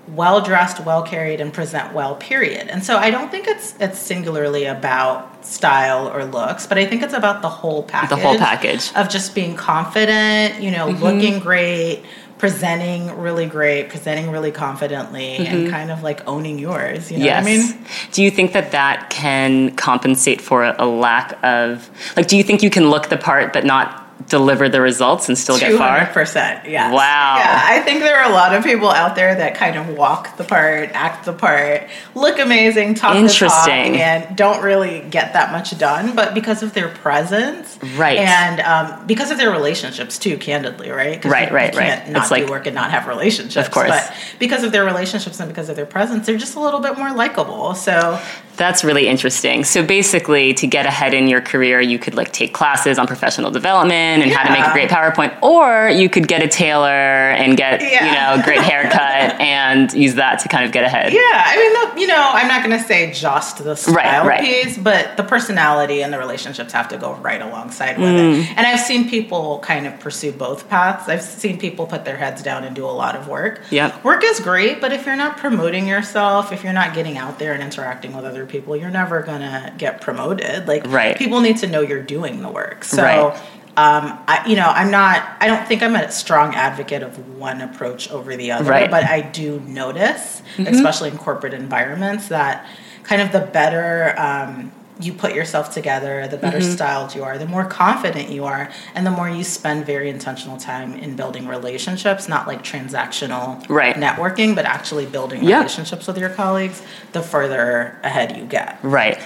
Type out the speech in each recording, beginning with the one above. well dressed, well carried, and present well, period. And so I don't think it's it's singularly about style or looks, but I think it's about the whole package. whole package. Mm-hmm. Of just being confident, you know, looking great, presenting really great, presenting really confidently, and kind of like owning yours. You know Mm-hmm. yes. what I mean? do you think that that can compensate for a, a lack of, like, do you think you can look the part but not deliver the results and still get far? percent. Yes. Wow. Yeah, I think there are a lot of people out there that kind of walk the part, act the part, look amazing, talk the Interesting. talk, and don't really get that much done. But because of their presence, Right. and um, because of their relationships too, candidly, right? 'Cause Right, you- right, you can't right. Not It's do like- work and not have relationships, Of course. But because of their relationships and because of their presence, they're just a little bit more likable. So That's really interesting. So basically, to get ahead in your career, you could like take classes on professional development and how to make a Yeah. great PowerPoint, or you could get a tailor and get Yeah. you know a great haircut and use that to kind of get ahead. Yeah, I mean, the, you know, I'm not going to say just the style Right, right. piece, but the personality and the relationships have to go right alongside with Mm. it. And I've seen people kind of pursue both paths. I've seen people put their heads down and do a lot of work. Yep. Work is great, but if you're not promoting yourself, if you're not getting out there and interacting with other people, you're never going to get promoted. Like, Right. people need to know you're doing the work. So, Right. um, I, you know, I'm not, I don't think I'm a strong advocate of one approach over the other, Right. Mm-hmm. but I do notice, especially in corporate environments, that kind of the better um, you put yourself together, the better Mm-hmm. styled you are, the more confident you are, and the more you spend very intentional time in building relationships, not like transactional Right. networking, but actually building Yeah. relationships with your colleagues, the further ahead you get. Right.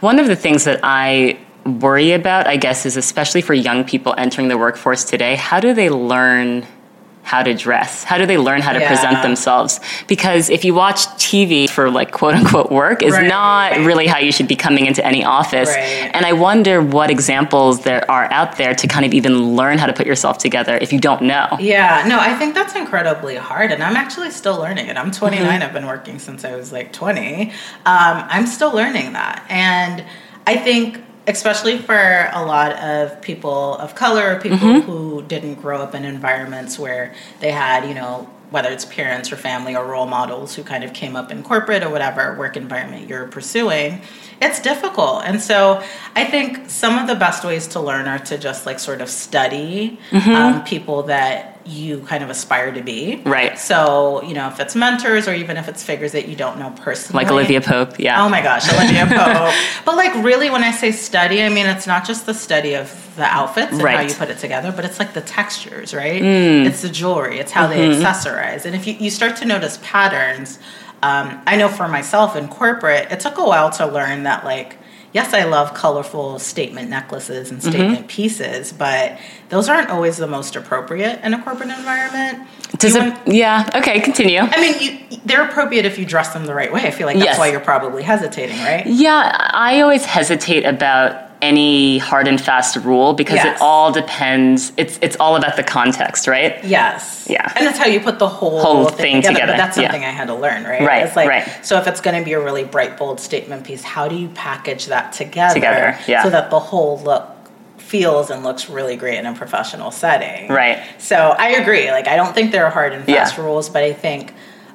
One of the things that I worry about, I guess, is especially for young people entering the workforce today, how do they learn how to dress? How do they learn how to Yeah. present themselves? Because if you watch TV for like quote unquote work is Right. not really how you should be coming into any office. Right. And I wonder what examples there are out there to kind of even learn how to put yourself together if you don't know. Yeah, no, I think that's incredibly hard, and I'm actually still learning it. I'm 29. I've been working since I was like 20. Um, I'm still learning that, and I think especially for a lot of people of color, people who didn't grow up in environments where they had, you know, whether it's parents or family or role models who kind of came up in corporate or whatever work environment you're pursuing, it's difficult. And so I think some of the best ways to learn are to just like sort of study Mm-hmm. um, people that you kind of aspire to be. Right. So, you know, if it's mentors or even if it's figures that you don't know personally. Like Olivia Pope, yeah. Oh my gosh, Olivia Pope. But like really when I say study, I mean it's not just the study of the outfits and how Right. you put it together, but it's like the textures, right? It's the jewelry, it's how they accessorize. And if you, you start to notice patterns, um, I know for myself in corporate, it took a while to learn that like Yes, I love colorful statement necklaces and statement pieces, but those aren't always the most appropriate in a corporate environment. Does You it, want- yeah, okay, continue. I mean, you, they're appropriate if you dress them the right way. I feel like that's Yes. why you're probably hesitating, right? Yeah, I always hesitate about any hard and fast rule because Yes. it all depends. It's it's all about the context, right? Yes. Yeah. And that's how you put the whole, Whole thing together, But that's yeah. something I had to learn, right? Right, It's like, right. So if it's going to be a really bright, bold statement piece, how do you package that together, Together, yeah. so that the whole look feels and looks really great in a professional setting? Right. So I agree. Like I don't think there are hard and fast Yeah. rules, but I think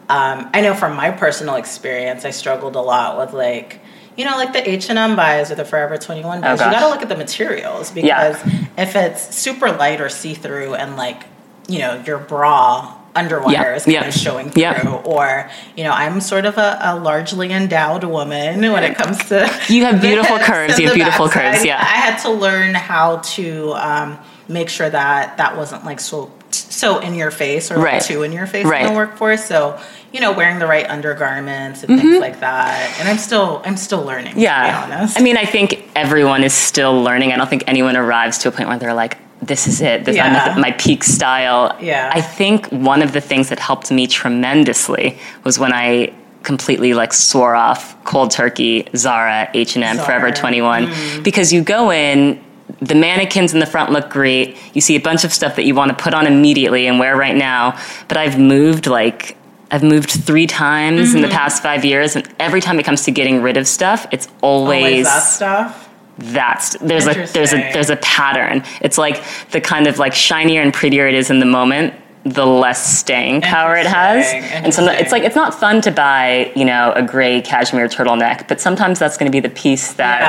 um, I know from my personal experience, I struggled a lot with like. You know, like the H and M buys or the Forever Twenty One buys, you Oh, gosh. got to look at the materials Yeah. because if it's super light or see through and like you know your bra underwire Yeah, is kind yeah, of showing through, yeah. or you know I'm sort of a, a largely endowed woman when it comes to You have the beautiful hips curves, and you have the beautiful backside. curves, yeah. I had to learn how to um, make sure that that wasn't like so so in your face or like, Right. too in your face in Right. the workforce. So you know wearing the right undergarments and things like that. And I'm still I'm still learning. to be Mm-hmm. Yeah. honest. I mean, I think everyone is still learning. I don't think anyone arrives to a point where they're like, this is it. This I'm Yeah. at my peak style. Yeah. I think one of the things that helped me tremendously was when I completely like swore off cold turkey, Zara, H and M, Forever Zara. Mm-hmm. Twenty One, because you go in. The mannequins in the front look great. You see a bunch of stuff that you want to put on immediately and wear right now. But I've moved like I've moved three times in the Mm-hmm. past five years, and every time it comes to getting rid of stuff, it's Always always that stuff. that's there's a there's a Interesting. there's a pattern. It's like the kind of like shinier and prettier it is in the moment, the less staying power it has. Interesting, And sometimes it's interesting. like it's not fun to buy you know a gray cashmere turtleneck, but sometimes that's going to be the piece that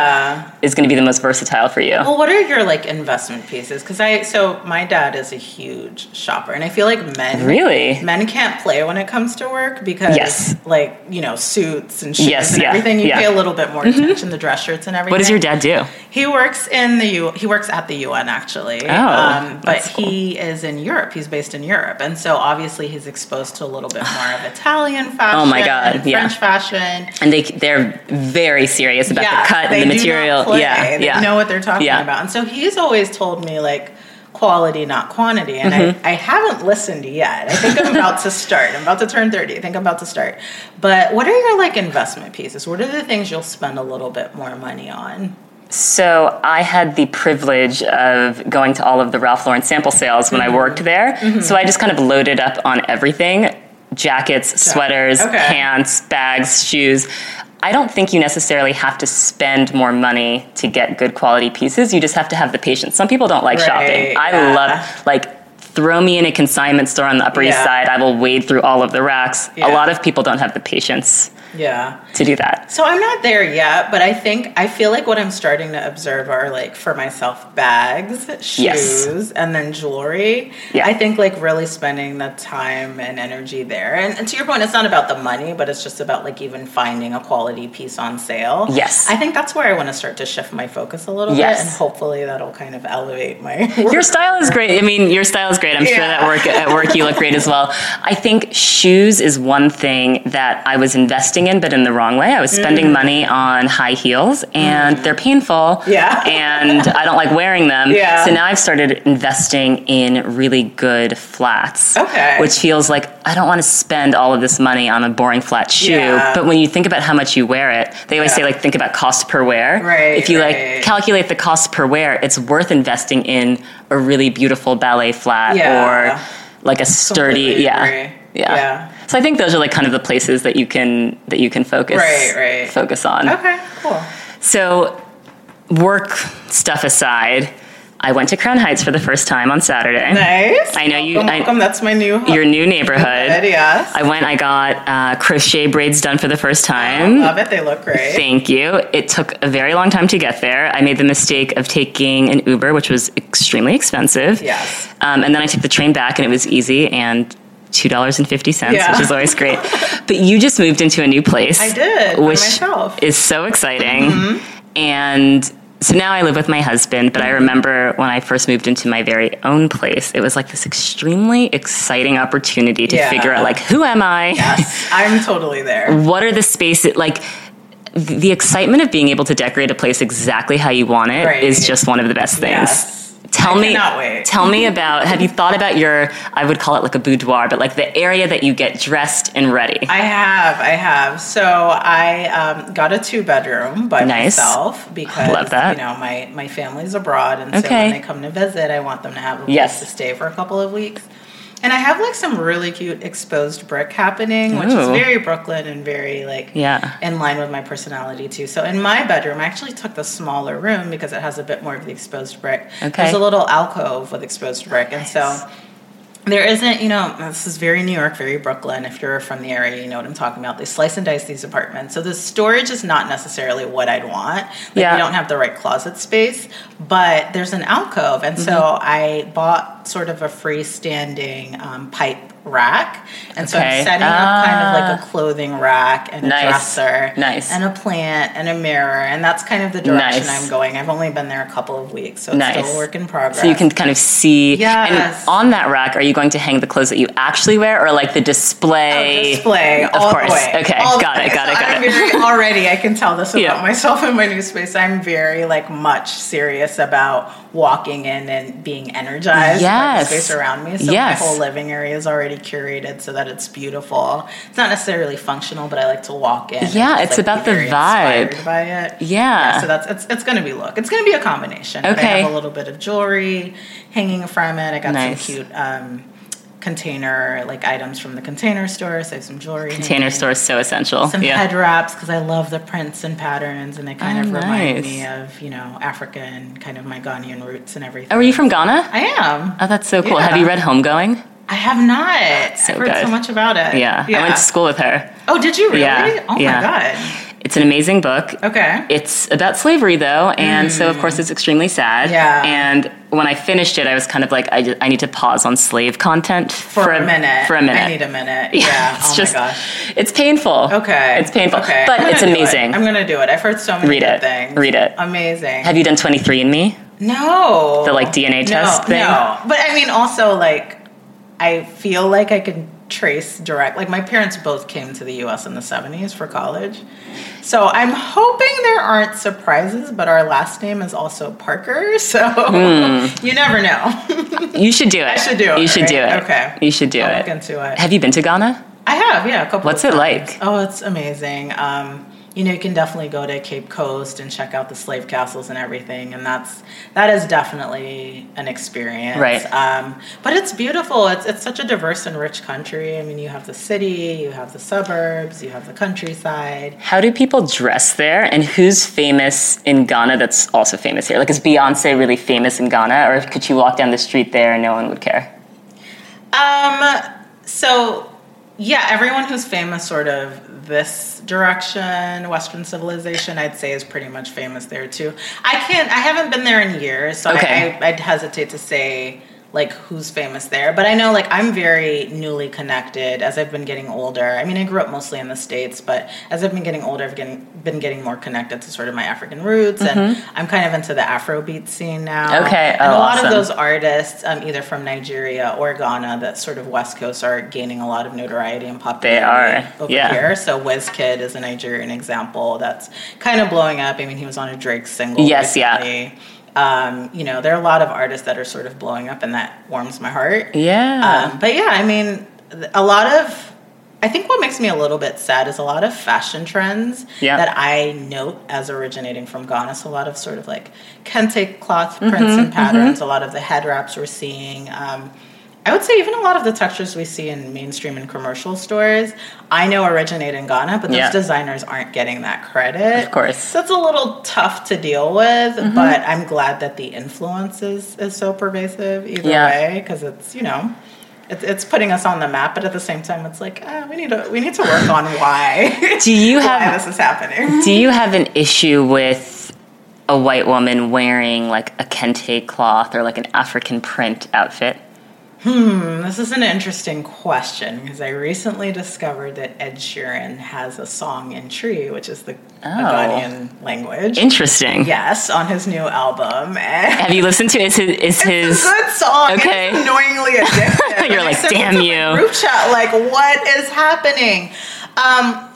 is Yeah. Oh. going to be the most versatile for you. Uh, Well, what are your like investment pieces? Because I so my dad is a huge shopper, and I feel like men Really? men can't play when it comes to work because Yes. like you know suits and shoes Yes, and yeah, everything. You yeah. Mm-hmm. pay a little bit more attention the dress shirts and everything. What does your dad do? He works in the U. He works at the UN actually. Um, Oh, but that's cool. he is in Europe. He's based in Europe, and so obviously he's exposed to a little bit more of Italian fashion. Oh my God, and yeah. French fashion. And they they're very serious about Yes, the cut they and the do not material. play. Yeah, they yeah. know what they're talking Yeah. about. And so he's always told me like, quality, not quantity. And Mm-hmm. I, I haven't listened yet. I think I'm about to start. I'm about to turn 30. I think I'm about to start. But what are your like investment pieces? What are the things you'll spend a little bit more money on? So I had the privilege of going to all of the Ralph Lauren sample sales when I Mm-hmm. worked there. So I just kind of loaded up on everything jackets, sweaters, Okay. pants, bags, shoes. I don't think you necessarily have to spend more money to get good quality pieces. You just have to have the patience. Some people don't like shopping. Right, I yeah. love like throw me in a consignment store on the Upper East Yeah. Side. I will wade through all of the racks. Yeah. A lot of people don't have the patience Yeah. to do that. So I'm not there yet, but I think I feel like what I'm starting to observe are like for myself bags, shoes, Yes. and then jewelry. Yeah. I think like really spending the time and energy there. And, and to your point, it's not about the money, but it's just about like even finding a quality piece on sale. Yes. I think that's where I want to start to shift my focus a little Yes. bit, and hopefully that'll kind of elevate my. Your style is great. I mean, your style is great. I'm sure that Yeah. work at work you look great as well. I think shoes is one thing that I was investing in, but in the wrong way. I was Mm. spending money on high heels, and they're painful. Yeah. and I don't like wearing them. Yeah. So now I've started investing in really good flats. Okay. which feels like I don't want to spend all of this money on a boring flat shoe. Yeah. But when you think about how much you wear it, they always Yeah. say like think about cost per wear. Right, If you like right. calculate the cost per wear, it's worth investing in a really beautiful ballet flat Yeah. or like a sturdy, Completely yeah, agree. yeah, Yeah. So I think those are like kind of the places that you can that you can focus Right, right. focus on. Okay, cool. So work stuff aside, I went to Crown Heights for the first time on Saturday. Nice. I know you- Welcome, I- welcome. That's my new. Your new neighborhood. Yes. I went. I got uh, crochet braids done for the first time. Love it. They look great. Thank you. It took a very long time to get there. I made the mistake of taking an Uber, which was extremely expensive. Yes. Um, and then I took the train back, and it was easy and two dollars and fifty cents, Yeah. which is always great. but you just moved into a new place. I did, Mm-hmm. by which myself. is so exciting. And so now I live with my husband, Mm-hmm. but I remember when I first moved into my very own place, it was like this extremely exciting opportunity to Yeah. figure out like who am I? Yes, I'm totally there. what are the spaces like th- the excitement of being able to decorate a place exactly how you want it is Right. just one of the best things Yes. tell I me cannot wait. tell me about have you thought about your i would call it like a boudoir but like the area that you get dressed and ready I have, I have. So I um, got a two bedroom by Nice. myself because Love that. you know my my family's abroad, and so Okay. when they come to visit, I want them to have a place Yes. to stay for a couple of weeks. And I have like some really cute exposed brick happening, which is Ooh. very Brooklyn and very like Yeah. in line with my personality too. So in my bedroom, I actually took the smaller room because it has a bit more of the exposed brick. Okay. There's a little alcove with exposed brick, and so there isn't, you know, this is very New York, very Brooklyn. If you're from the area, you know what I'm talking about. They slice and dice these apartments. So the storage is not necessarily what I'd want. Like, Yeah. You don't have the right closet space, but there's an alcove. And Mm-hmm. so I bought sort of a freestanding um, pipe rack. And so Okay. I'm setting up kind of like a clothing rack and Nice. a dresser Nice. and a plant and a mirror. And that's kind of the direction Nice. I'm going. I've only been there a couple of weeks, so it's Nice. still a work in progress. so you can kind of see Yes. and on that rack are you going to hang the clothes that you actually wear or like the display Oh, display. of all course The way. okay All the got way. it got So it got I'm it Very, already, I can tell this about Yeah. myself in my new space. I'm very like much serious about walking in and being energized by Yes. the space around me. So Yes. my whole living area is already curated so that it's beautiful. It's not necessarily functional, but I like to walk in. and Yeah, just, it's like, about be the very vibe. inspired by it. yeah So that's it's, it's going to be look. It's going to be a combination. But I Okay. have a little bit of jewelry hanging from it. I got Nice. some cute um, container like items from the container store. So I have some jewelry. container hanging, store is so essential Some yeah head wraps because I love the prints and patterns, and they kind Oh, of remind nice. me of you know Africa and kind of my Ghanaian roots and everything. oh are you from ghana I am. oh that's so cool Yeah. have you read homegoing I have not. So I've heard good. so much about it. Yeah. I went to school with her. oh, did you really? Yeah, Oh my yeah. It's an amazing book. god. Okay. It's about slavery, though, and so of course it's extremely sad. Mm. Yeah. And when I finished it, I was kind of like, I, ju- I need to pause on slave content For, a minute. For a minute. I need a minute. Yeah. it's oh just, my gosh. it's painful. Okay. It's painful, Okay. but I'm gonna it's do it. amazing. I'm gonna do it. I've heard so many Read good it. things. Read it. Amazing. Have you done 23andMe? no. The, like, DNA No, test thing? No. But I mean also like I feel like I can trace direct. Like my parents both came to the U.S. in the '70s for college, so I'm hoping there aren't surprises. But our last name is also Parker, so you never know. You should do it. I should do it, Hmm. You should do right? it. Okay. Oh You should do I'll it. look into it. Have you been to Ghana? I have, yeah. A couple. What's of it times. like? Oh, it's amazing. Um, you know, you can definitely go to Cape Coast and check out the slave castles and everything, and that's that is definitely an experience. Right. Um, but it's beautiful. It's it's such a diverse and rich country. I mean, you have the city, you have the suburbs, you have the countryside. How do people dress there? And who's famous in Ghana that's also famous here? Like, is Beyonce really famous in Ghana? Or could she walk down the street there and no one would care? Um, so yeah, everyone who's famous, sort of this direction, Western civilization, I'd say is pretty much famous there too. I can't, I haven't been there in years, so I- Okay. I, I'd hesitate to say like who's famous there. But I know like I'm very newly connected as I've been getting older. I mean, I grew up mostly in the states, but as I've been getting older, I've getting, been getting more connected to sort of my African roots, and I'm kind of into the Afrobeat scene now. Okay. and Oh, a lot of awesome. those artists, um, either from Nigeria or Ghana, that sort of West Coast are gaining a lot of notoriety and popularity are, over yeah. here. So WizKid is a Nigerian example that's kind of blowing up. I mean, he was on a Drake single. Yes, yeah. recently. Um, you know, there are a lot of artists that are sort of blowing up, and that warms my heart. Yeah. Um, but yeah, I mean, th- a lot of. I think what makes me a little bit sad is a lot of fashion trends Yeah. that I note as originating from Ghana. So a lot of sort of like kente cloth prints Mm-hmm, and patterns, a lot of the head wraps we're seeing. Um, I would say even a lot of the textures we see in mainstream and commercial stores, I know originate in Ghana, but those Yeah. designers aren't getting that credit. Of course. So it's a little tough to deal with, Mm-hmm. but I'm glad that the influence is, is so pervasive either Yeah. way because it's, you know, it's, it's putting us on the map, but at the same time, it's like ah, we need to we need to work on why do you why have this is happening. Do you have an issue with a white woman wearing like a kente cloth or like an African print outfit? This is an interesting question because I recently discovered that Ed Sheeran has a song in Tree, which is the the Oh. Ghanaian language. Interesting. Yes, on his new album. Have you listened to it? Is his, is It's a his good song. Okay. It's annoyingly addictive. You're And I like, sent it "Damn to my you." Group chat, like, what is happening? Um,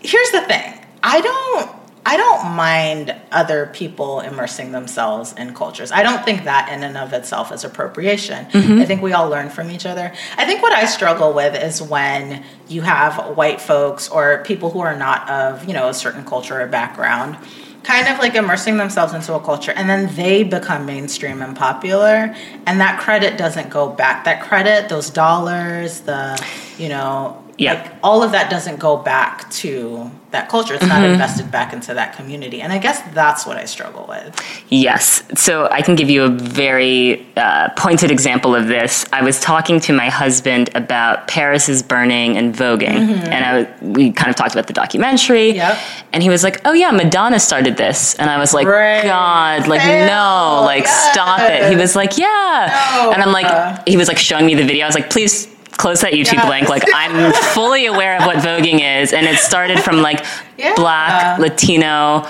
here's the thing. I don't. I don't mind other people immersing themselves in cultures. I don't think that in and of itself is appropriation. I think we all learn from each other. I think what I struggle with is when you have white folks or people who are not of, you know, a certain culture or background kind of like immersing themselves into a culture and then they become mainstream and popular and that credit doesn't go back that credit those dollars the you know Yeah. like all of that doesn't go back to that culture it's not Mm-hmm. invested back into that community and i guess that's what i struggle with Yes. So I can give you a very uh, pointed example of this. I was talking to my husband about Paris is Burning and voguing, and I was- we kind of talked about the documentary. Mm-hmm. Yep. And he was like, "Oh yeah, Madonna started this," and I was like, Right. "God, like Hell, no, like stop it." He was like, "Yeah," No. Uh-huh. and I'm like, he was like showing me the video. I was like, "Please." Close that YouTube Yes. link. Like I'm fully aware of what voguing is, and it started from like Yeah. black, Latino,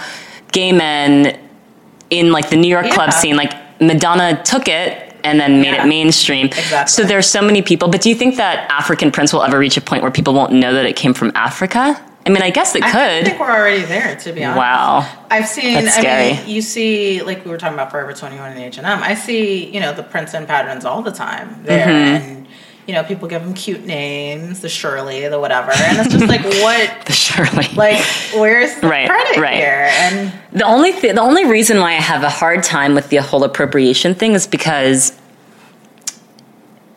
gay men in like the New York Yeah. club scene, like Madonna took it and then made Yeah. it mainstream. Exactly. So there's so many people. But do you think that African prints will ever reach a point where people won't know that it came from Africa? I mean, I guess it i think could. we're already there to be honest Wow. I've seen. That's I scary. mean, you see, like we were talking about Forever Twenty One and H and M. I see, you know, the prints and patterns all the time there, Mm-hmm. and you know, people give them cute names, the Shirley, the whatever, and it's just like, what, Surely. like, where's the Right, credit right. here? And The only th- the only reason why I have a hard time with the whole appropriation thing is because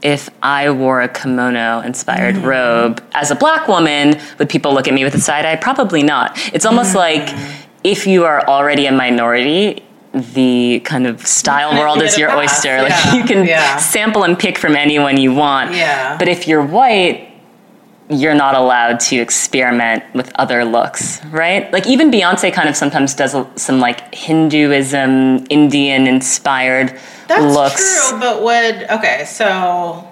if I wore a kimono inspired Mm. robe as a black woman, would people look at me with a side eye? Probably not. It's almost like if you are already a minority, the kind of style kinda world get is a your pass, oyster. yeah, Like you can yeah. sample and pick from anyone you want. Yeah. But if you're white, you're not allowed to experiment with other looks, right? Like even Beyonce kind of sometimes does a- some like Hinduism, Indian inspired that's looks. true, but would okay? So,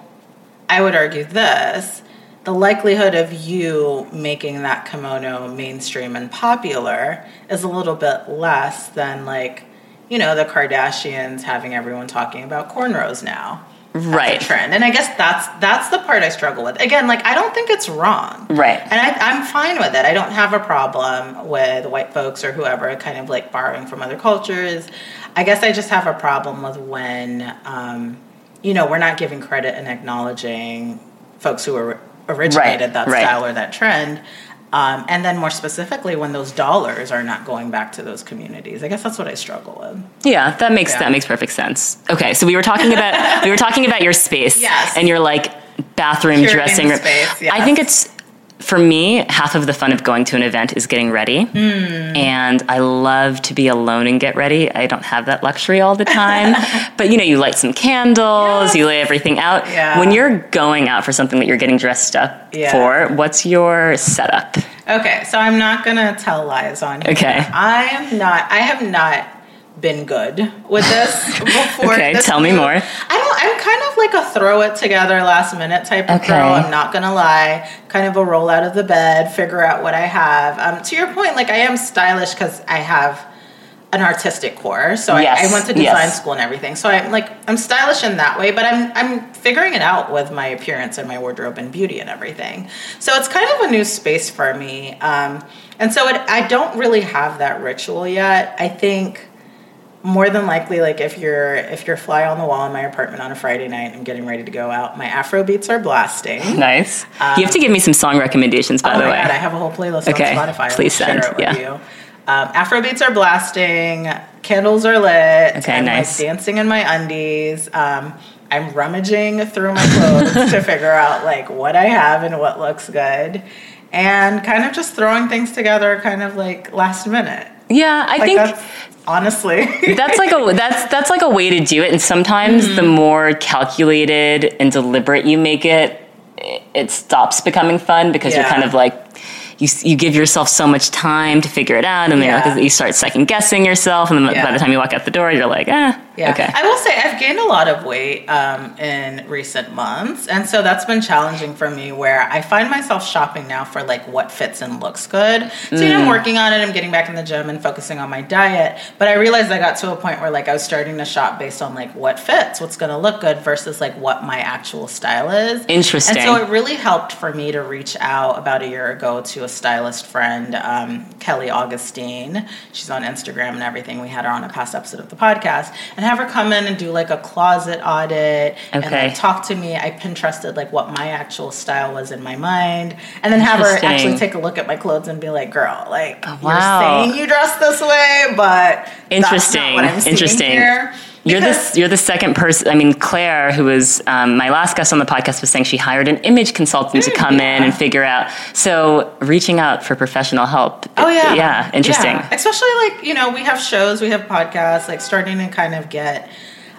I would argue this. The likelihood of you making that kimono mainstream and popular is a little bit less than, like, you know, the Kardashians having everyone talking about cornrows now. Right. the trend. And I guess that's that's the part I struggle with. Again, like I don't think it's wrong. Right. And I, I'm fine with it. I don't have a problem with white folks or whoever kind of like borrowing from other cultures. I guess I just have a problem with when um, you know we're not giving credit and acknowledging folks who are, originated Right, that right. style or that trend. Um, and then more specifically, when those dollars are not going back to those communities, I guess that's what I struggle with. Yeah, that makes Yeah. that makes perfect sense. Okay, so we were talking about we were talking about your space. Yes. And your like bathroom, Curating dressing the room. space, I yes. think it's for me, half of the fun of going to an event is getting ready. Hmm. And I love to be alone and get ready. I don't have that luxury all the time. but you know, you light some candles, you lay everything out. Yeah. When you're going out for something that you're getting dressed up Yeah. for, what's your setup? Okay, so I'm not gonna tell lies on here. Okay. I am not. I have not been good with this before. Okay, this tell me move. more. I don't. I'm kind of like a throw it together last minute type of Okay. girl. I'm not gonna lie. Kind of a roll out of the bed, figure out what I have. Um, to your point, like I am stylish because I have an artistic core. So I, Yes, I went to design yes. school and everything. So I'm like I'm stylish in that way, but I'm I'm figuring it out with my appearance and my wardrobe and beauty and everything. So it's kind of a new space for me. Um, and so it, I don't really have that ritual yet. I think more than likely like if you're if you're fly on the wall in my apartment on a Friday night I'm getting ready to go out, my afro beats are blasting. Nice. you have to give me some song recommendations by Oh the my way. God, I have a whole playlist Okay, on Spotify. please I'll share send, it yeah. with you. Um, Afrobeats are blasting. Candles are lit. Okay, I'm nice. Like dancing in my undies. Um, I'm rummaging through my clothes to figure out like what I have and what looks good, and kind of just throwing things together, kind of like last minute. yeah, I Like think that's honestly. that's like a that's that's like a way to do it and sometimes Mm-hmm. the more calculated and deliberate you make it it- it stops becoming fun because you're Yeah. kind of like you, s- you give yourself so much time to figure it out and then Yeah. like, you start second guessing yourself and then by Yeah. the time you walk out the door you're like eh, Yeah. okay I will say I've gained a lot of weight um, in recent months. And so that's been challenging for me where I find myself shopping now for like what fits and looks good. So, you know, Mm. I'm working on it. I'm getting back in the gym and focusing on my diet. But I realized I got to a point where like I was starting to shop based on like what fits, what's going to look good versus like what my actual style is. Interesting. And so it really helped for me to reach out about a year ago to a stylist friend, um, Kelly Augustine. She's on Instagram and everything. We had her on a past episode of the podcast and have her come in and do like a closet audit and Okay. like, talk to me. I Pinterested like what my actual style was in my mind and then have her Interesting. Oh, actually take a look at my clothes and be like, girl, like wow. you're saying you dress this way, but interesting That's not what I'm seeing interesting here. You're Because- this. You're the second person. I mean, Claire, who was um, my last guest on the podcast, was saying she hired an image consultant Mm. to come in and figure out. So reaching out for professional help. Oh yeah. yeah, interesting. Yeah. Especially like, you know, we have shows, we have podcasts, like starting to kind of get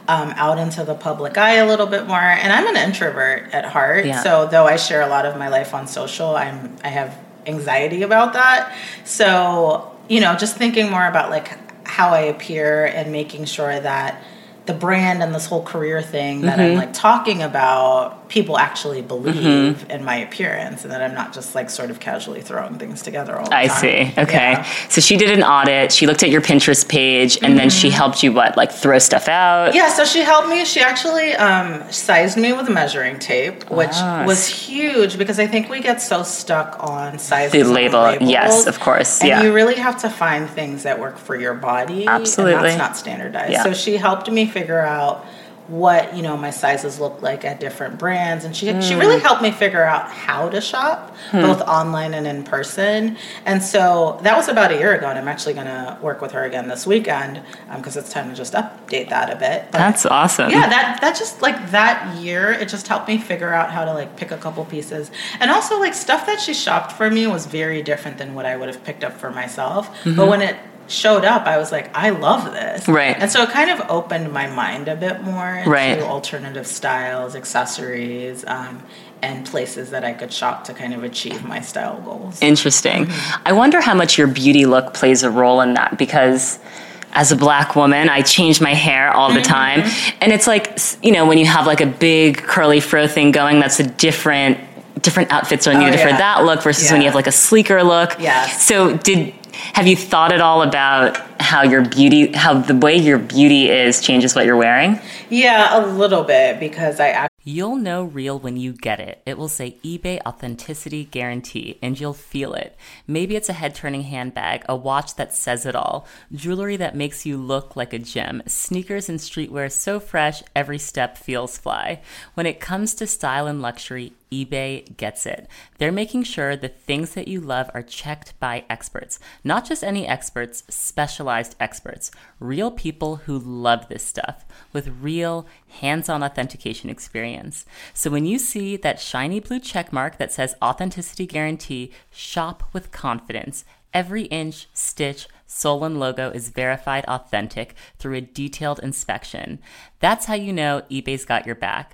um, out into the public eye a little bit more. And I'm an introvert at heart. Yeah. So though I share a lot of my life on social, I'm I have anxiety about that. So, you know, just thinking more about like how I appear and making sure that the brand and this whole career thing that Mm-hmm. I'm like talking about, people actually believe in my appearance and that I'm not just like sort of casually throwing things together all the I time. see. Okay. Yeah. So she did an audit. She looked at your Pinterest page, and then she helped you what, like throw stuff out. Mm-hmm. Yeah, so she helped me. She actually um, sized me with measuring tape, which Ah, was s- huge because I think we get so stuck on sizes. The and label, labels, yes, of course, And yeah. you really have to find things that work for your body. and Absolutely. that's not standardized. Yeah. So she helped me figure out what you know my sizes look like at different brands and she she really helped me figure out how to shop both online and in person and so that was about a year ago and i'm actually going to work with her again this weekend because it's time to just update that a bit but That's awesome. yeah that that just like that year it just helped me figure out how to like pick a couple pieces and also like stuff that she shopped for me was very different than what i would have picked up for myself but when it showed up i was like i love this Mm-hmm. Right. and so it kind of opened my mind a bit more into Right. alternative styles accessories um, and places that i could shop to kind of achieve my style goals Interesting. I wonder how much your beauty look plays a role in that because as a black woman, I change my hair all the time. Mm-hmm. And it's like, s- you know, when you have like a big curly fro thing going, that's a different different outfits on you Oh, for yeah. that look versus when you Yeah. have like a sleeker look. Yes. So did have you thought at all about how your beauty, how the way your beauty is changes what you're wearing? Yeah, a little bit because I actually. You'll know real when you get it. It will say eBay Authenticity Guarantee, and you'll feel it. Maybe it's a head turning handbag, a watch that says it all, jewelry that makes you look like a gem, sneakers and streetwear so fresh every step feels fly. When it comes to style and luxury, eBay gets it. They're making sure the things that you love are checked by experts. Not just any experts, specialized experts. Real people who love this stuff with real hands-on authentication experience. So when you see that shiny blue check mark that says authenticity guarantee, shop with confidence. Every inch, stitch, sole, and logo is verified authentic through a detailed inspection. That's how you know eBay's got your back.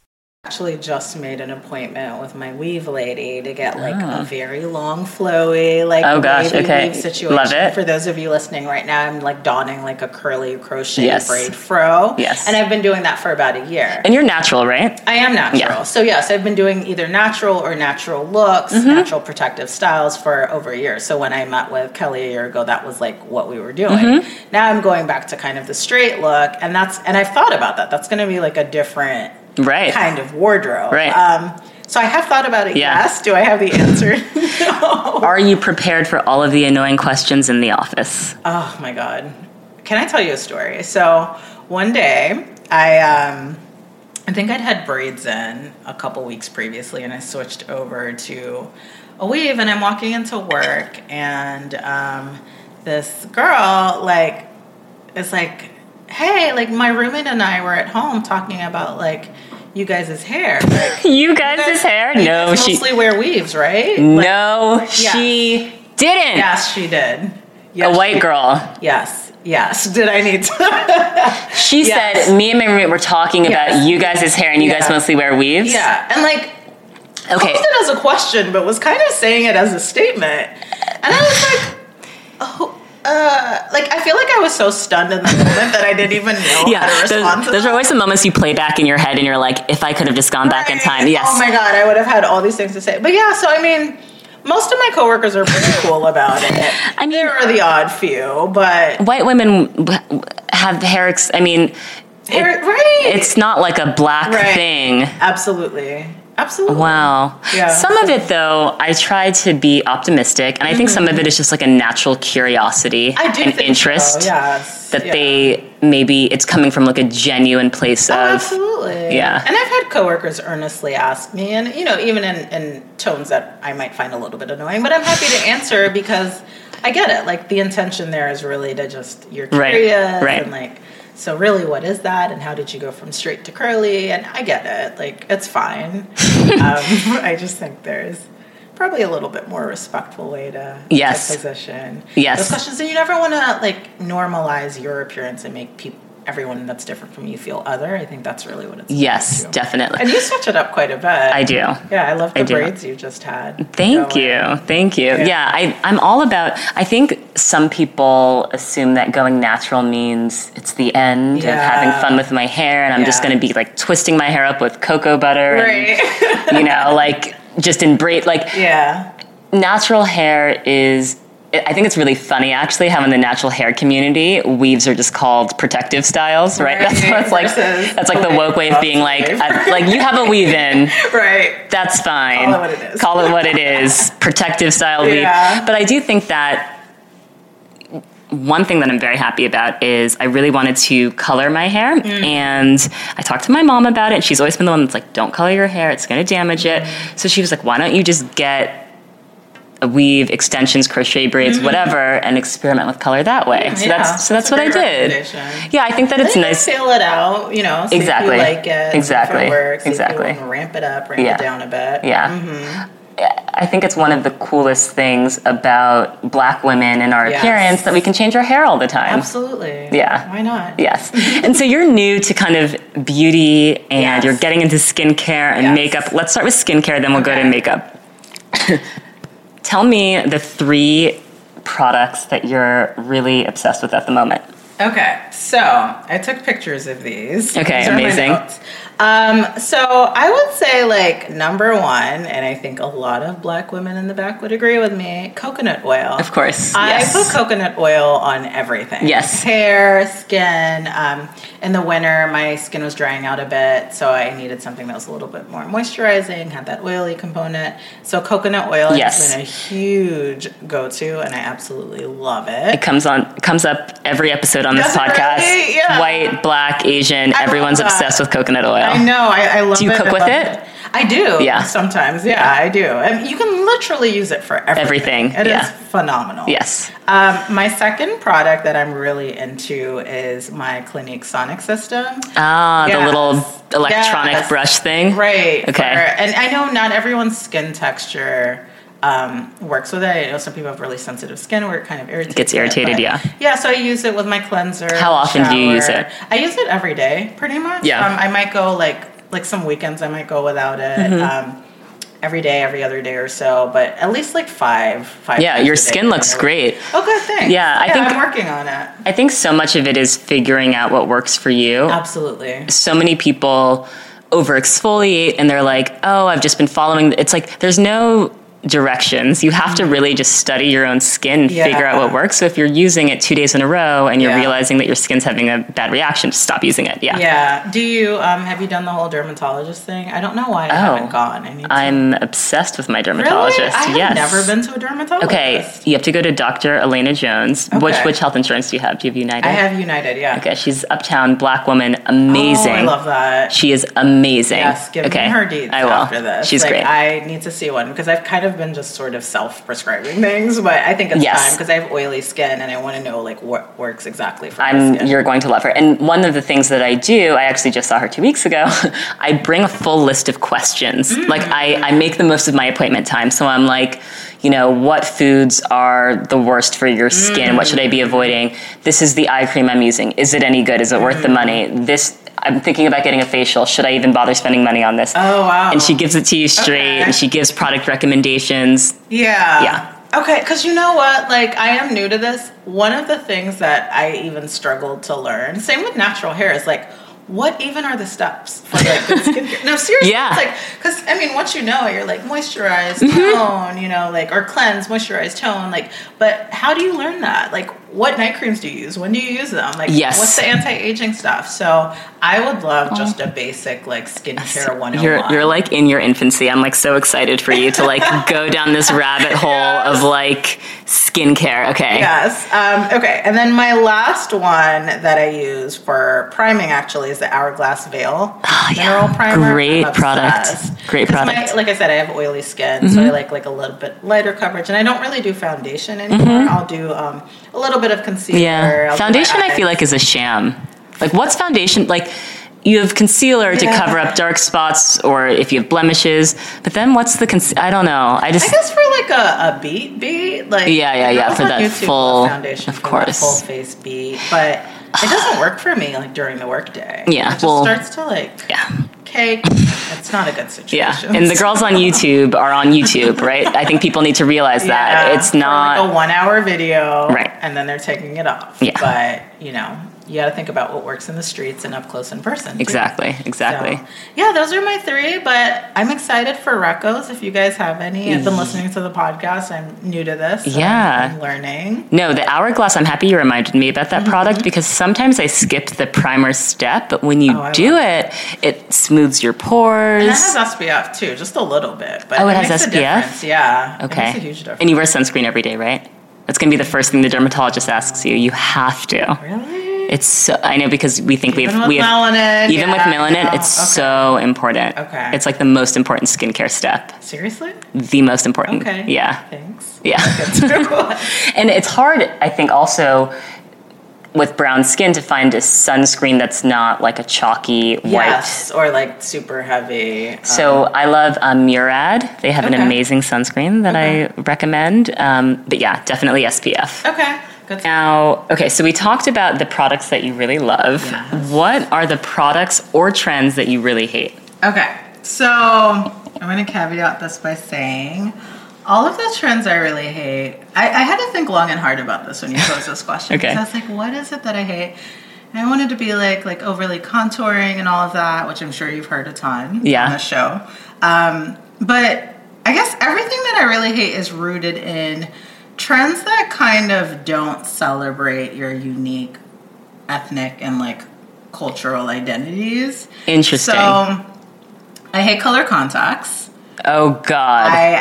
actually just made an appointment with my weave lady to get like a very long flowy like Ah. Oh, gosh, wavy okay. weave situation Love it. for those of you listening right now i'm like donning like a curly crochet Yes. braid fro Yes. and i've been doing that for about a year And you're natural, right? I am natural. Yeah. So yes, I've been doing either natural or natural looks, Mm-hmm. natural protective styles for over a year. So when I met with Kelly a year ago, that was like what we were doing. Mm-hmm. Now I'm going back to kind of the straight look, and that's and I've thought about that. That's going to be like a different Right. kind of wardrobe. Right. Um, so I have thought about it. Yeah. Yes. Do I have the answer? no. Are you prepared for all of the annoying questions in the office? Oh my god. Can I tell you a story? So one day I um I think I'd had braids in a couple weeks previously and I switched over to a weave and I'm walking into work and um this girl like is like hey like my roommate and I were at home talking about like you guys' hair. Like, You guys' hair? you No, guys she. mostly wear weaves, right? No, Yeah. she didn't. yes, she did. A Yes, white girl. Yes, yes. Did I need to? She Yes. said, "Me and my roommate were talking Yes. about you guys' hair, and you guys Yeah. mostly wear weaves." Yeah, and like Okay. posed it as a question, but was kind of saying it as a statement, and I was like, oh. Uh, like I feel like I was so stunned in the moment that I didn't even know how to Yeah, respond those, to those that. are always the moments you play back in your head, and you're like, "If I could have just gone back in time, yes." Oh my god, I would have had all these things to say. But yeah, so I mean, most of my coworkers are pretty cool about it. I mean- there are the odd few, but White women w- w- have hair. Ex- I mean, They're- right, it's not like a black Right. thing. absolutely, absolutely. Wow. Yeah. Some of it, though, I try to be optimistic, and I think some of it is just like a natural curiosity Mm-hmm. I do and think interest so, yes, that yeah. they maybe it's coming from like a genuine place of. Uh-huh. Absolutely. Yeah. And I've had coworkers earnestly ask me, and you know, even in, in tones that I might find a little bit annoying, but I'm happy to answer because I get it. Like the intention there is really to just you're Right, curious right. and like so really what is that and how did you go from straight to curly? And I get it. Like it's fine. um, I just think there's probably a little bit more respectful way to to Yes. position Yes. those questions and you never want to like normalize your appearance and make people everyone that's different from you feel other i think that's really what it's Yes, definitely. and you switch it up quite a bit I do. yeah i love the I do. braids you just had Thank going. you. Thank you. Yeah, I, I'm all about, I think some people assume that going natural means it's the end of Yeah. having fun with my hair and I'm just Yeah. going to be like twisting my hair up with cocoa butter right and, you know, like just embrace, like yeah natural hair is I think it's really funny actually how in the natural hair community weaves are just called protective styles, right? Right, That's what's like versus that's like the the woke wave wave being like wave. uh, like you have a weave in, right that's fine. Call it what it is. Call it what it is. Protective style weave. Yeah. But I do think that one thing that I'm very happy about is I really wanted to color my hair. Mm. And I talked to my mom about it. She's always been the one that's like, don't color your hair, it's going to damage Mm. it. So she was like, why don't you just get a weave, extensions, crochet braids, whatever, and experiment with color that way. so Mm. yeah. that's so that's, a what I great did. recommendation. Yeah, I think that it's Then you nice. Feel it out, you know. See Exactly. If you like it. see Exactly. If it works. see Exactly. If you want to ramp it up, ramp Yeah. it down a bit. Mm-hmm. Yeah. I think it's one of the coolest things about black women and our Yes. appearance that we can change our hair all the time. Absolutely. Yeah. Why not? Yes. and so you're new to kind of beauty and Yes. you're getting into skincare and Yes. makeup. Let's start with skincare, then we'll go Okay. to makeup. Tell me the three products that you're really obsessed with at the moment. Okay, so I took pictures of these. Okay, These are my amazing. notes. Um, so I would say like number one, and I think a lot of black women in the back would agree with me, coconut oil. Of course. I yes. put coconut oil on everything. Yes. Hair, skin. Um, in the winter, my skin was drying out a bit, so I needed something that was a little bit more moisturizing, had that oily component. So coconut oil Yes. has been a huge go-to, and I absolutely love it comes on comes up every episode on this Does it podcast. really? Yeah. White, black, Asian, love everyone's that. obsessed with coconut oil. I know. I, I love. Oh. Do you it. cook I with love it? I do. Yeah. Sometimes. Yeah, I do. And you can literally use it for everything. Everything, It is yeah. phenomenal. Yes. Um, my second product that I'm really into is my Clinique Sonic system. Ah, the Yes. little electronic Yes. brush thing. Right. Okay. for- and I know not everyone's skin texture um, works with it. I know some people have really sensitive skin where it kind of irritates. Gets irritated, but- yeah. Yeah. So I use it with my cleanser. How often do you use shower. it? I use it every day, pretty much. Yeah. Um, I might go like like some weekends. I might go without it. Mm-hmm. Um, every day, every other day or so, but at least like five, five. Yeah, times your a day. skin looks great. Oh, good. Thanks. Yeah, I think- I'm working on it. I think so much of it is figuring out what works for you. Absolutely. So many people over exfoliate and they're like, oh, I've just been following. It's like there's no directions. You have to really just study your own skin and Mm-hmm. Yeah. figure out what works. So if you're using it two days in a row and you're Yeah. realizing that your skin's having a bad reaction, just stop using it. Yeah. Yeah. Do you um have you done the whole dermatologist thing? I don't know why I Oh. haven't gone. I need to. I'm obsessed with my dermatologist. Really? I have yes. never been to a dermatologist. Okay, you have to go to Dr. Elena Jones. Which Okay. which health insurance do you have? Do you have United? I have United, yeah. Okay, she's uptown black woman, Oh, amazing. I love that. She is amazing. Yes, give okay. me her deeds I will. after this. She's Like, great. I need to see one because I've kind of been just sort of self-prescribing things, but I think it's Yes. time because I have oily skin and I want to know like what works exactly for my I'm, skin. you're going to love her. And one of the things that I do, I actually just saw her two weeks ago. I bring a full list of questions. Like I, I make the most of my appointment time. So I'm like, you know, what foods are the worst for your skin? What should I be avoiding? This is the eye cream I'm using. Is it any good? Is it worth the money? This. I'm thinking about getting a facial. Should I even bother spending money on this? Oh, wow. And she gives it to you straight, Okay. and she gives product recommendations. Yeah. Yeah. Okay, because you know what? Like, I am new to this. One of the things that I even struggled to learn, same with natural hair, is like, what even are the steps for like good skincare? No, seriously. Yeah. It's like, because I mean, once you know it, you're like moisturize, Mm-hmm. tone, you know, like or cleanse, moisturize, tone, like. But how do you learn that? Like, what night creams do you use? When do you use them? Like, Yes. what's the anti-aging stuff? So I would love just a basic like skincare one. You're you're like in your infancy. I'm like so excited for you to like go down this rabbit hole of like skincare. Okay. Yes. Um, okay. And then my last one that I use for priming actually is the Hourglass Veil Ah, yeah. mineral primer. Great I'm product. obsessed. Great 'Cause my- product. Mm-hmm. like I said, I have oily skin, so I like like a little bit lighter coverage, and I don't really do foundation anymore. I'll do um, a little bit of concealer. I'll do Mm-hmm. Yeah. my Foundation I eyes. feel like is a sham. Like what's foundation like you have concealer to Yeah. cover up dark spots or if you have blemishes, but then what's the con- I don't know. I just I guess for like a, a beat beat, like Yeah, yeah, yeah, girls for on that YouTube full- love foundation, of for that course. full face beat, but it doesn't work for me like during the workday. Yeah, it just well- starts to like yeah. cake. It's not a good Yeah. situation. And the girls on YouTube are on YouTube, right? I think people need to realize that. Yeah, It's for, not like a one hour video, Right. And then they're taking it off. Yeah. But you know, you got to think about what works in the streets and up close in person. too. Exactly, exactly. So, yeah, those are my three, but I'm excited for Recos if you guys have any. I've been listening to the podcast. I'm new to this. so Yeah. I'm learning. No, the hourglass, I'm happy you reminded me about Mm-hmm. that product because sometimes I skip the primer step, but when you Oh, I do it, it smooths your pores. And it has SPF too, just a little bit. But Oh, it has makes a SPF? difference. Yeah. It okay. makes a huge difference. and you wear sunscreen every day, right? That's going to be the first thing the dermatologist asks you. You have to. really? It's so, I know because we think Even we've, with we have, melanin. even with yeah, melanin, no, it's okay. so important. Okay. It's like the most important skincare step. Seriously? The most important. Okay. Yeah. Thanks. Yeah. That's true. And it's hard, I think, also with brown skin to find a sunscreen that's not like a chalky white. Yes, or like super heavy. So I love um, Murad. They have an Okay. amazing sunscreen that I recommend. Um, but yeah, definitely SPF. Okay, good. Now, okay, so we talked about the products that you really love. Yes. What are the products or trends that you really hate? Okay, so I'm going to caveat this by saying all of the trends I really hate. I, I had to think long and hard about this when you posed this question. Okay. because I was like, what is it that I hate? And I wanted to be like like overly contouring and all of that, which I'm sure you've heard a ton Yeah. on the show. Um, but I guess everything that I really hate is rooted in trends that kind of don't celebrate your unique ethnic and like cultural identities. Interesting. So I hate color contacts. oh God. I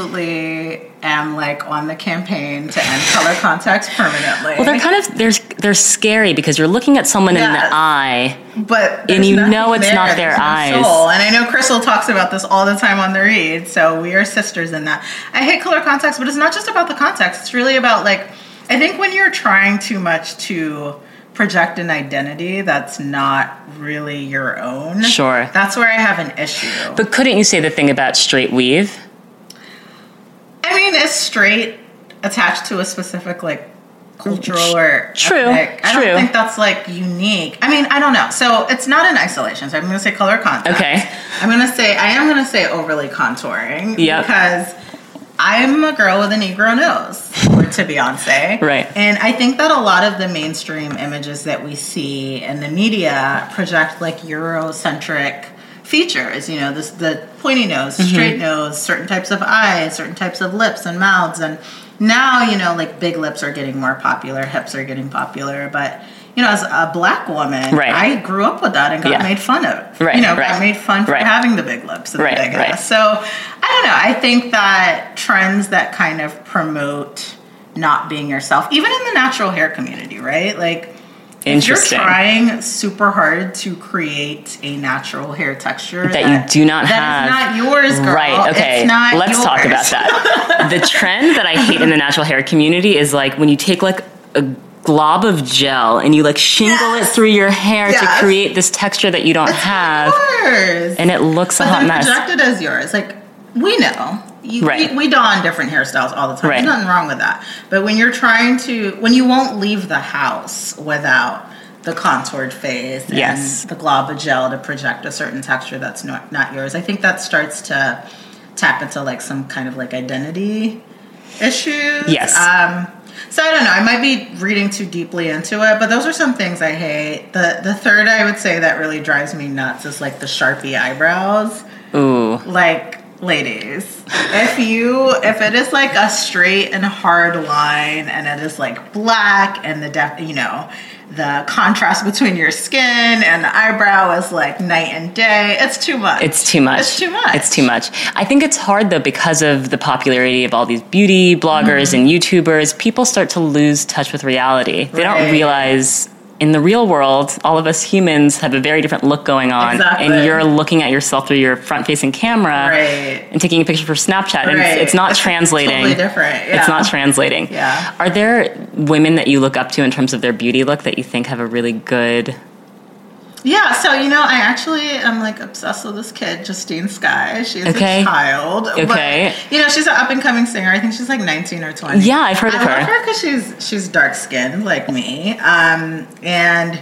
absolutely am like on the campaign to end color contacts permanently. well, they're kind of they're they're scary because you're looking at someone in Yes. the eye. but and there's you nothing know it's not their There's no eyes. soul. And I know Crystal talks about this all the time on the read, so we are sisters in that. I hate color contacts, but it's not just about the contacts. It's really about like I think when you're trying too much to project an identity that's not really your own. Sure. That's where I have an issue. But couldn't you say the thing about straight weave? I mean, it's straight attached to a specific like cultural or True, ethnic. I true. don't think that's like unique. I mean, I don't know. So it's not in isolation. So I'm going to say color contact. Okay. I'm going to say I am going to say overly contouring Yep. because I'm a girl with a Negro nose, or to Beyonce. Right. And I think that a lot of the mainstream images that we see in the media project like Eurocentric features. You know, this the pointy nose, Mm-hmm. straight nose, certain types of eyes, certain types of lips and mouths, and now you know, like big lips are getting more popular, hips are getting popular, but. You know, as a black woman, Right. I grew up with that and got Yeah. made fun of. Right, you know, right, got made fun for right. having the big lips and Right, the big right. ass. So I don't know. I think that trends that kind of promote not being yourself, even in the natural hair community, right? Like if you're Interesting. trying super hard to create a natural hair texture That you do not that is not yours, girl. Right. Okay. It's not Let's talk yours. about that. the trend that I hate in the natural hair community is like when you take like a glob of gel and you like shingle it through your hair Yes. to create this texture that you don't It's have, not yours. and it looks a but hot then mess. projected as yours. Like we know, you, Right. we, we don different hairstyles all the time. Right. There's nothing wrong with that. But when you're trying to, when you won't leave the house without the contoured face Yes. and the glob of gel to project a certain texture that's not not yours, I think that starts to tap into like some kind of like identity issues. Yes. Um, so I don't know. I might be reading too deeply into it, but those are some things I hate. The the third I would say that really drives me nuts is like the sharpie eyebrows. Ooh. Like ladies, if you if it is like a straight and hard line, and it is like black, and the def, you know the contrast between your skin and the eyebrow is like night and day. It's too much. It's too much. It's too much. It's too much. I think it's hard though because of the popularity of all these beauty bloggers Mm-hmm. and YouTubers. People start to lose touch with reality. They Right. don't realize in the real world, all of us humans have a very different look going on, Exactly. and you're looking at yourself through your front-facing camera Right. and taking a picture for Snapchat, and it's, Right. it's not It's translating. totally different, yeah. It's not translating. Yeah. Are there women that you look up to in terms of their beauty look that you think have a really good? Yeah, so you know, I actually am like obsessed with this kid, Justine Sky. She's Okay. a child. but, Okay. you know, she's an up and coming singer. I think she's like 19 or 20. Yeah, I've heard of I love her. her because she's she's dark skinned like me, um, and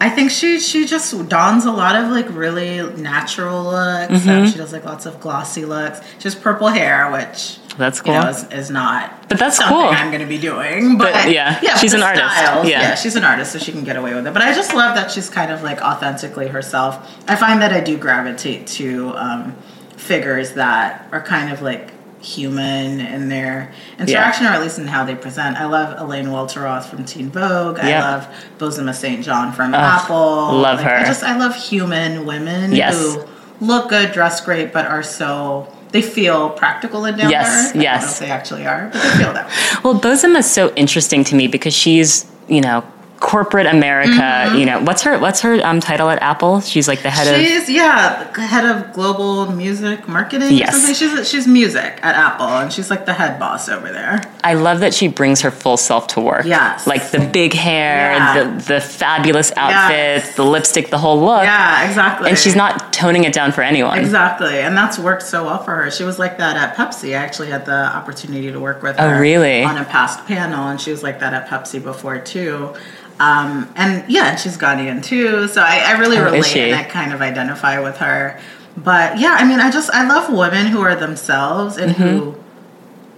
I think she she just dons a lot of like really natural looks. Mm-hmm. Um, she does like lots of glossy looks. She has purple hair, which That's you cool. know is, is not. But that's something cool. I'm going to be doing. But, But, yeah, she's but an the artist. styles, Yeah. yeah, she's an artist, so she can get away with it. But I just love that she's kind of like authentically herself. I find that I do gravitate to um, figures that are kind of like human in their interaction, or at least in how they present. I love Elaine Walteroth from Teen Vogue. Yeah. I love Bozema St. John from Apple. love Like, I her. just I love human women Yes. who look good, dress great, but are so. They feel practical in down Yes, there. I don't know yes. if they actually are, but they feel that way. Well, Bozema is so interesting to me because she's, you know, corporate America. You know, what's her what's her um, title at Apple? She's like the head of Mm-hmm. She's yeah, head of global music marketing. Yes. Or something. She's she's music at Apple, and she's like the head boss over there. I love that she brings her full self to work. Yes. Like the big hair, Yeah. the, the fabulous outfits, the lipstick, the whole look. Yeah, exactly. And she's not toning it down for anyone. exactly, and that's worked so well for her. She was like that at Pepsi. I actually had the opportunity to work with Oh, her really? on a past panel, and she was like that at Pepsi before too. Um, and yeah, and she's Ghanaian too, so I, I really Oh, is relate she? and I kind of identify with her. But yeah, I mean, I just I love women who are themselves and Mm-hmm. who.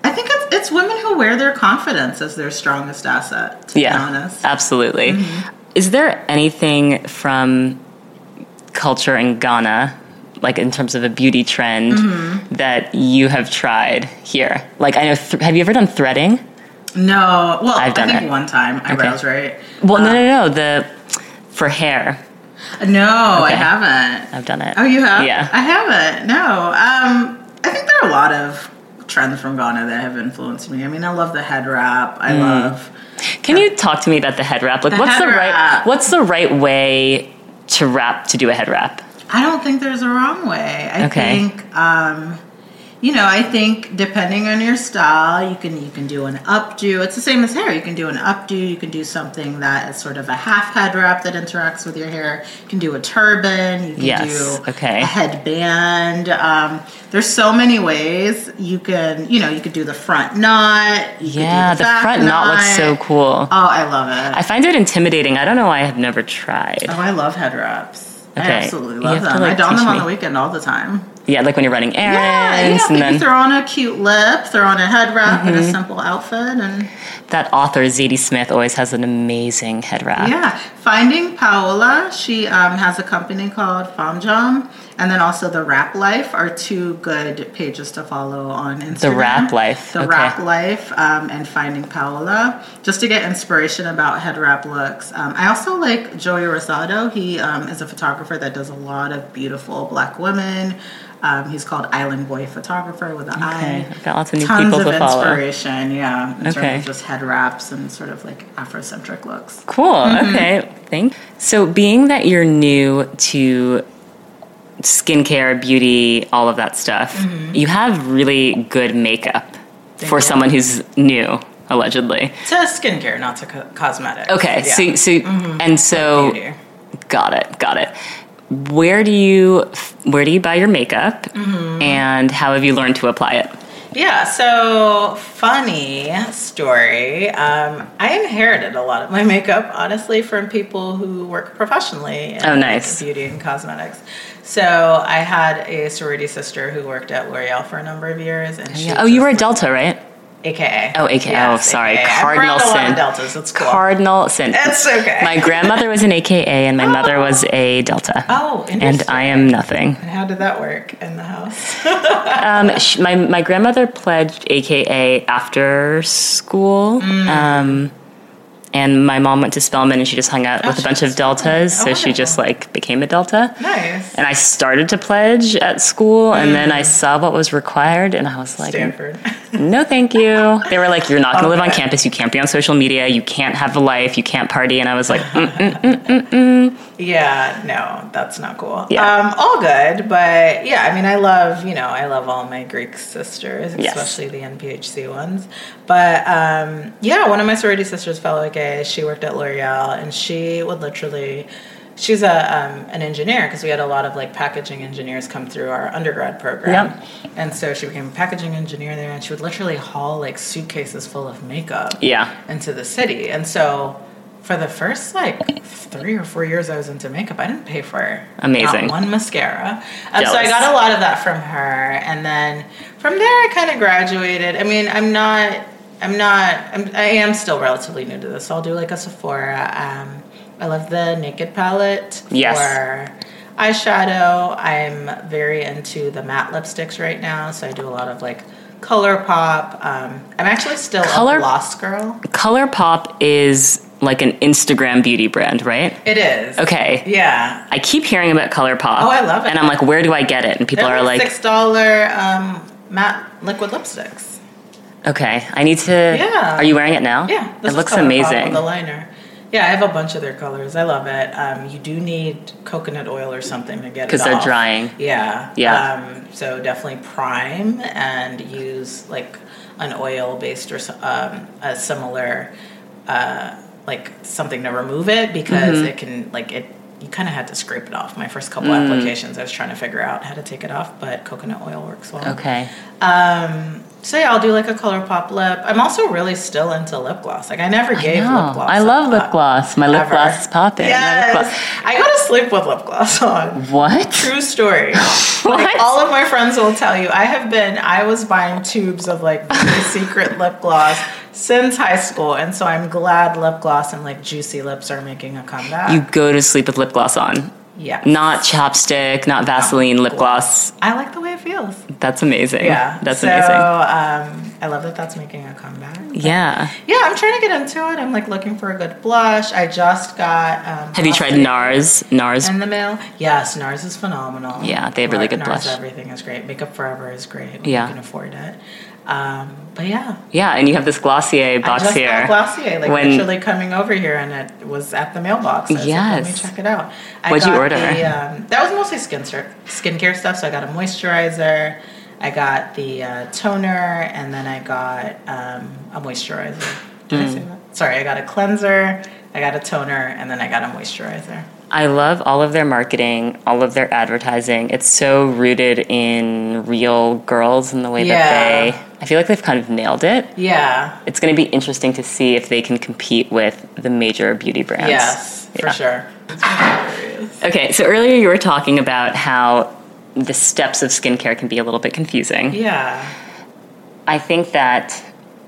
I think it's, it's women who wear their confidence as their strongest asset. To be Yeah. honest, Mm-hmm. Absolutely. Is there anything from culture in Ghana, like in terms of a beauty trend, Mm-hmm. that you have tried here? Like, I know, th- have you ever done threading? no. Well, i I've done think it. one time eyebrows, right? Well, no, Uh. no, no. The for hair, No, I Okay. haven't. I've done it. Oh, you have? Yeah. I haven't. No. Um, I think there are a lot of trends from Ghana that have influenced me. I mean, I love the head wrap. I love. Can you talk to me about the head wrap? Like, The what's head the right wrap. what's the right way to wrap to do a head wrap? I don't think there's a wrong way. I Okay. think. Um, you know, I think depending on your style, you can you can do an updo. It's the same as hair. You can do an updo. You can do something that is sort of a half head wrap that interacts with your hair. You can do a turban. You can Yes, do okay. a headband. Um, there's so many ways you can. You know, you could do the front knot. You could do Yeah, the back front knot looks so cool. Oh, I love it. I find it intimidating. I don't know why I have never tried. oh, I love head wraps. I Okay. absolutely You love have to, them. I like, don them teach on me. the weekend all the time. Yeah, like when you're running Yeah, you errands know, and maybe then Mm-hmm. throw on a cute lip, throw on a head wrap and a simple outfit, and that author Zadie Smith always has an amazing head wrap. yeah. Finding Paola, she um, has a company called Fam Jam, and then also The Wrap Life are two good pages to follow on Instagram. Wrap Life, The okay. Wrap Life, um, and Finding Paola, just to get inspiration about head wrap looks. Um, I also like Joey Rosado. He um, is a photographer that does a lot of beautiful black women. Um, he's called Island Boy Photographer with an Okay, I. I've got lots of new tons people of to follow. inspiration, yeah. In Okay. terms of just head wraps and sort of like Afrocentric looks. Cool. Mm-hmm. Okay. Thank. So, being that you're new to skincare, beauty, all of that stuff, you have really good makeup for Mm-hmm. you. someone who's new, allegedly. To skincare, not to co- cosmetics. Okay. Yeah. Mm-hmm. So, so, and so, Beauty. got it. Got it. Where do you where do you buy your makeup, Mm-hmm. and how have you learned to apply it? Yeah, so funny story. Um, I inherited a lot of my makeup, honestly, from people who work professionally in Oh, nice. beauty and cosmetics. So I had a sorority sister who worked at L'Oreal for a number of years, and she Oh, you were just- a Delta, right? AKA. Oh, AKA. Oh, sorry. AKA. I'm Cardinal around a lot sin. of deltas. It's cool. Cardinal Sin. It's okay. My grandmother was an AKA and my mother was a Delta. Oh, And interesting. I am nothing. And how did that work in the house? Um, sh my, my grandmother pledged AKA after school. Mm. Um, and my mom went to Spelman and she just hung out with a she bunch went of Deltas. so Oh, she just like became a Delta. nice. And I started to pledge at school and then Mm. I saw what was required and I was like, Stanford. no, thank you. They were like, you're not going to live on Okay. campus. You can't be on social media. You can't have a life. You can't party. And I was like, mm, Yeah, no, that's not cool. Yeah. Um, all good, but yeah, I mean, I love, you know, I love all my Greek sisters, Yes. especially the NPHC ones. But um, yeah, one of my sorority sisters, fellow gay, she worked at L'Oreal and she would literally. She's a um, an engineer because we had a lot of like packaging engineers come through our undergrad program, and so she became a packaging engineer there. And she would literally haul like suitcases full of makeup yeah. into the city. And so for the first like three or four years I was into makeup, I didn't pay for Amazing. not one mascara. And so I Jealous. got a lot of that from her. And then from there I kind of graduated. I mean, I'm not I'm not I'm, I am still relatively new to this. So I'll do like a Sephora. Um, I love the Naked palette Yes. for eyeshadow. I'm very into the matte lipsticks right now, so I do a lot of like ColourPop. Um, I'm actually still Color- a gloss girl. ColourPop is like an Instagram beauty brand, right? It is. Okay. Yeah. I keep hearing about ColourPop. Oh, I love it. And I'm like, where do I get it? And people They're are like like, six dollar um, matte liquid lipsticks. okay, I need to. Yeah. Are you wearing it now? Yeah, It this is looks ColourPop amazing. With the liner. Yeah, I have a bunch of their colors. I love it. Um, you do need coconut oil or something to get it because they're off. drying. Yeah. Yeah. Um, so definitely prime and use like an oil based or s- um, a similar, uh, like something to remove it Mm-hmm. because it can like it. You kind of had to scrape it off. My first Mm. couple applications, I was trying to figure out how to take it off, but coconut oil works well. Okay. So yeah, I'll do like a color pop lip. I'm also really still into lip gloss. Like I never gave No, lip gloss. Oh, I a love thought. lip gloss. My lip Ever. gloss is popping. My lip Yes. gloss- I go to sleep with lip gloss on. What? True story. What? Like, all of my friends will tell you. I have been. I was buying tubes of like very secret lip gloss since high school, and so I'm glad lip gloss and like juicy lips are making a comeback. you go to sleep with lip gloss on. yeah. Not chapstick, not Vaseline, lip gloss. I like the way it feels. That's amazing. Yeah. That's so, amazing. um, I love that that's making a comeback. Yeah. Yeah, I'm trying to get into it. I'm like looking for a good blush. I just got. Um, Have you tried Glossy NARS? NARS. In the mail, yes, NARS is phenomenal. Yeah, they have really Nars- good NARS blush. Everything is great. Makeup Forever is great. Yeah. you can afford it. Um, but yeah, yeah, and you have this Glossier I box just here. saw Glossier, like When- literally coming over here, and it was at the mailbox. I was like, let me Yes. check it out. I What'd you got order? the, um, that was mostly skin ser- skincare stuff. So I got a moisturizer, I got the uh, toner, and then I got um, a moisturizer. Did Hmm. I say that? Sorry, I got a cleanser, I got a toner, and then I got a moisturizer. I love all of their marketing, all of their advertising. It's so rooted in real girls and the way Yeah. that they. I feel like they've kind of nailed it. Yeah. It's going to be interesting to see if they can compete with the major beauty brands. Yes, for Yeah. sure. It's hilarious. Okay, so earlier you were talking about how the steps of skincare can be a little bit confusing. Yeah. I think that.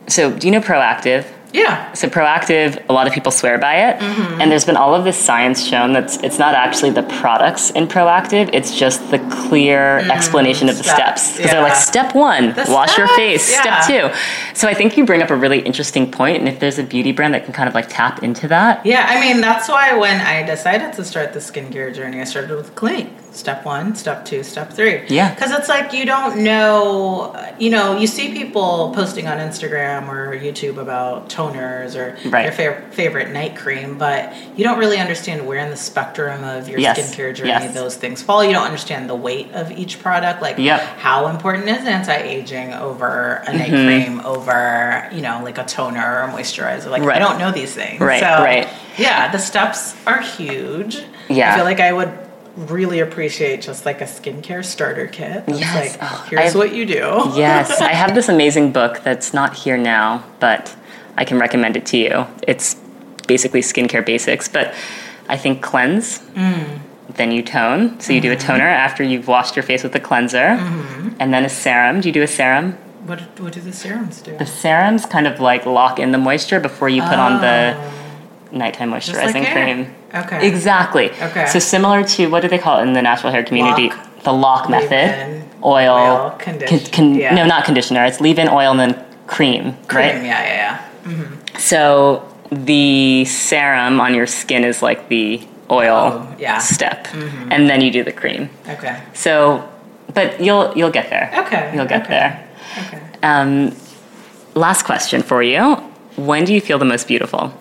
So, do you know Proactive? Yeah. So proactive, a lot of people swear by it, Mm-hmm. and there's been all of this science shown that it's not actually the products in proactive; it's just the clear explanation of the steps, steps. Because they're like Mm-hmm. yeah. step one, The wash your steps, face. yeah. Step two. So I think you bring up a really interesting point, and if there's a beauty brand that can kind of like tap into that, Yeah, I mean that's why when I decided to start the skincare journey, I started with Clinique. Step one, step two, step three. Yeah. because it's like you don't know. You know, you see people posting on Instagram or YouTube about toners or Right. their fav- favorite night cream, but you don't really understand where in the spectrum of your Yes, skincare journey yes. those things fall. You don't understand the weight of each product, like Yep. how important is anti-aging over a night Mm-hmm. cream over you know like a toner or moisturizer. Like Right. I don't know these things. Right, So, right. Yeah, the steps are huge. Yeah. I feel like I would really appreciate just like a skincare starter kit. It's Yes. like, Oh, here's I've- what you do. Yeah. yes, I have this amazing book that's not here now, but I can recommend it to you. It's basically skincare basics, but I think cleanse, Mm. then you tone. So you do a Mm-hmm. toner after you've washed your face with a cleanser, and then a serum. Do you do a serum? What, what do the serums do? The serums kind of like lock in the moisture before you put on the nighttime moisturizing Oh. Just like hair. cream. Okay. Exactly. Okay. So similar to what do they call it in the natural hair community? Lock. The lock Leave-in, method. Oil. oil, condition- yeah. No, not conditioner. It's leave-in oil and then cream. Cream, Right. Yeah, yeah, So the serum on your skin is like the oil Oh, yeah. Mm-hmm. step, and then you do the cream. yeah. Okay. So, but you'll you'll get there. Okay, You'll get okay. there. Okay. Um, last question for you. When do you feel the most beautiful?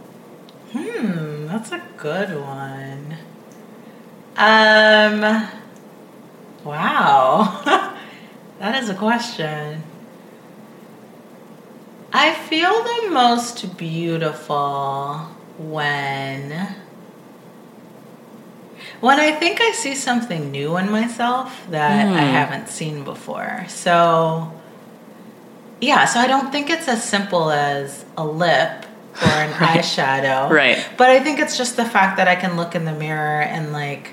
Hmm, that's a good one. Um, wow. that is a question. I feel the most beautiful when when I think I see something new in myself that I haven't seen before. So yeah, so I don't think it's as simple as a lip or an eyeshadow. Right. But I think it's just the fact that I can look in the mirror and like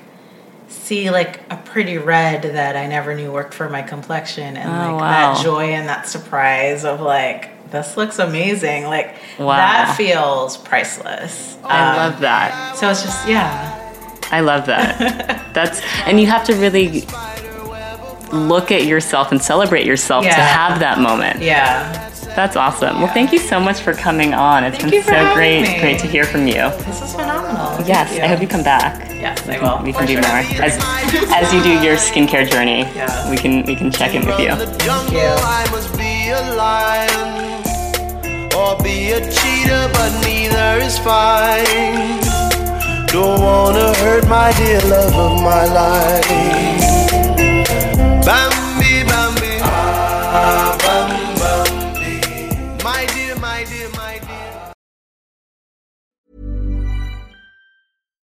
see like a pretty red that I never knew worked for my complexion and Oh, like wow. that joy and that surprise of like this looks amazing. Like Wow. that feels priceless. I Um, love that. so it's just yeah. I love that. That's and you have to really look at yourself and celebrate yourself to Yeah. have that moment. Yeah, That's awesome. Well, thank you so much for coming on. It's Thank been you for so having great me. great to hear from you. this is phenomenal. Thank Yes, I hope you come back. Yes, I We can- will. we for can do sure. more as as you do your skincare journey. Yeah. We can we can check in with you. From the jungle, Yeah. I must be a lion. or be a cheater, but neither is fine. Don't wanna hurt my dear love of my life. Bambi, Bambi, ah, Bambi, Bambi. My dear, my dear, my dear.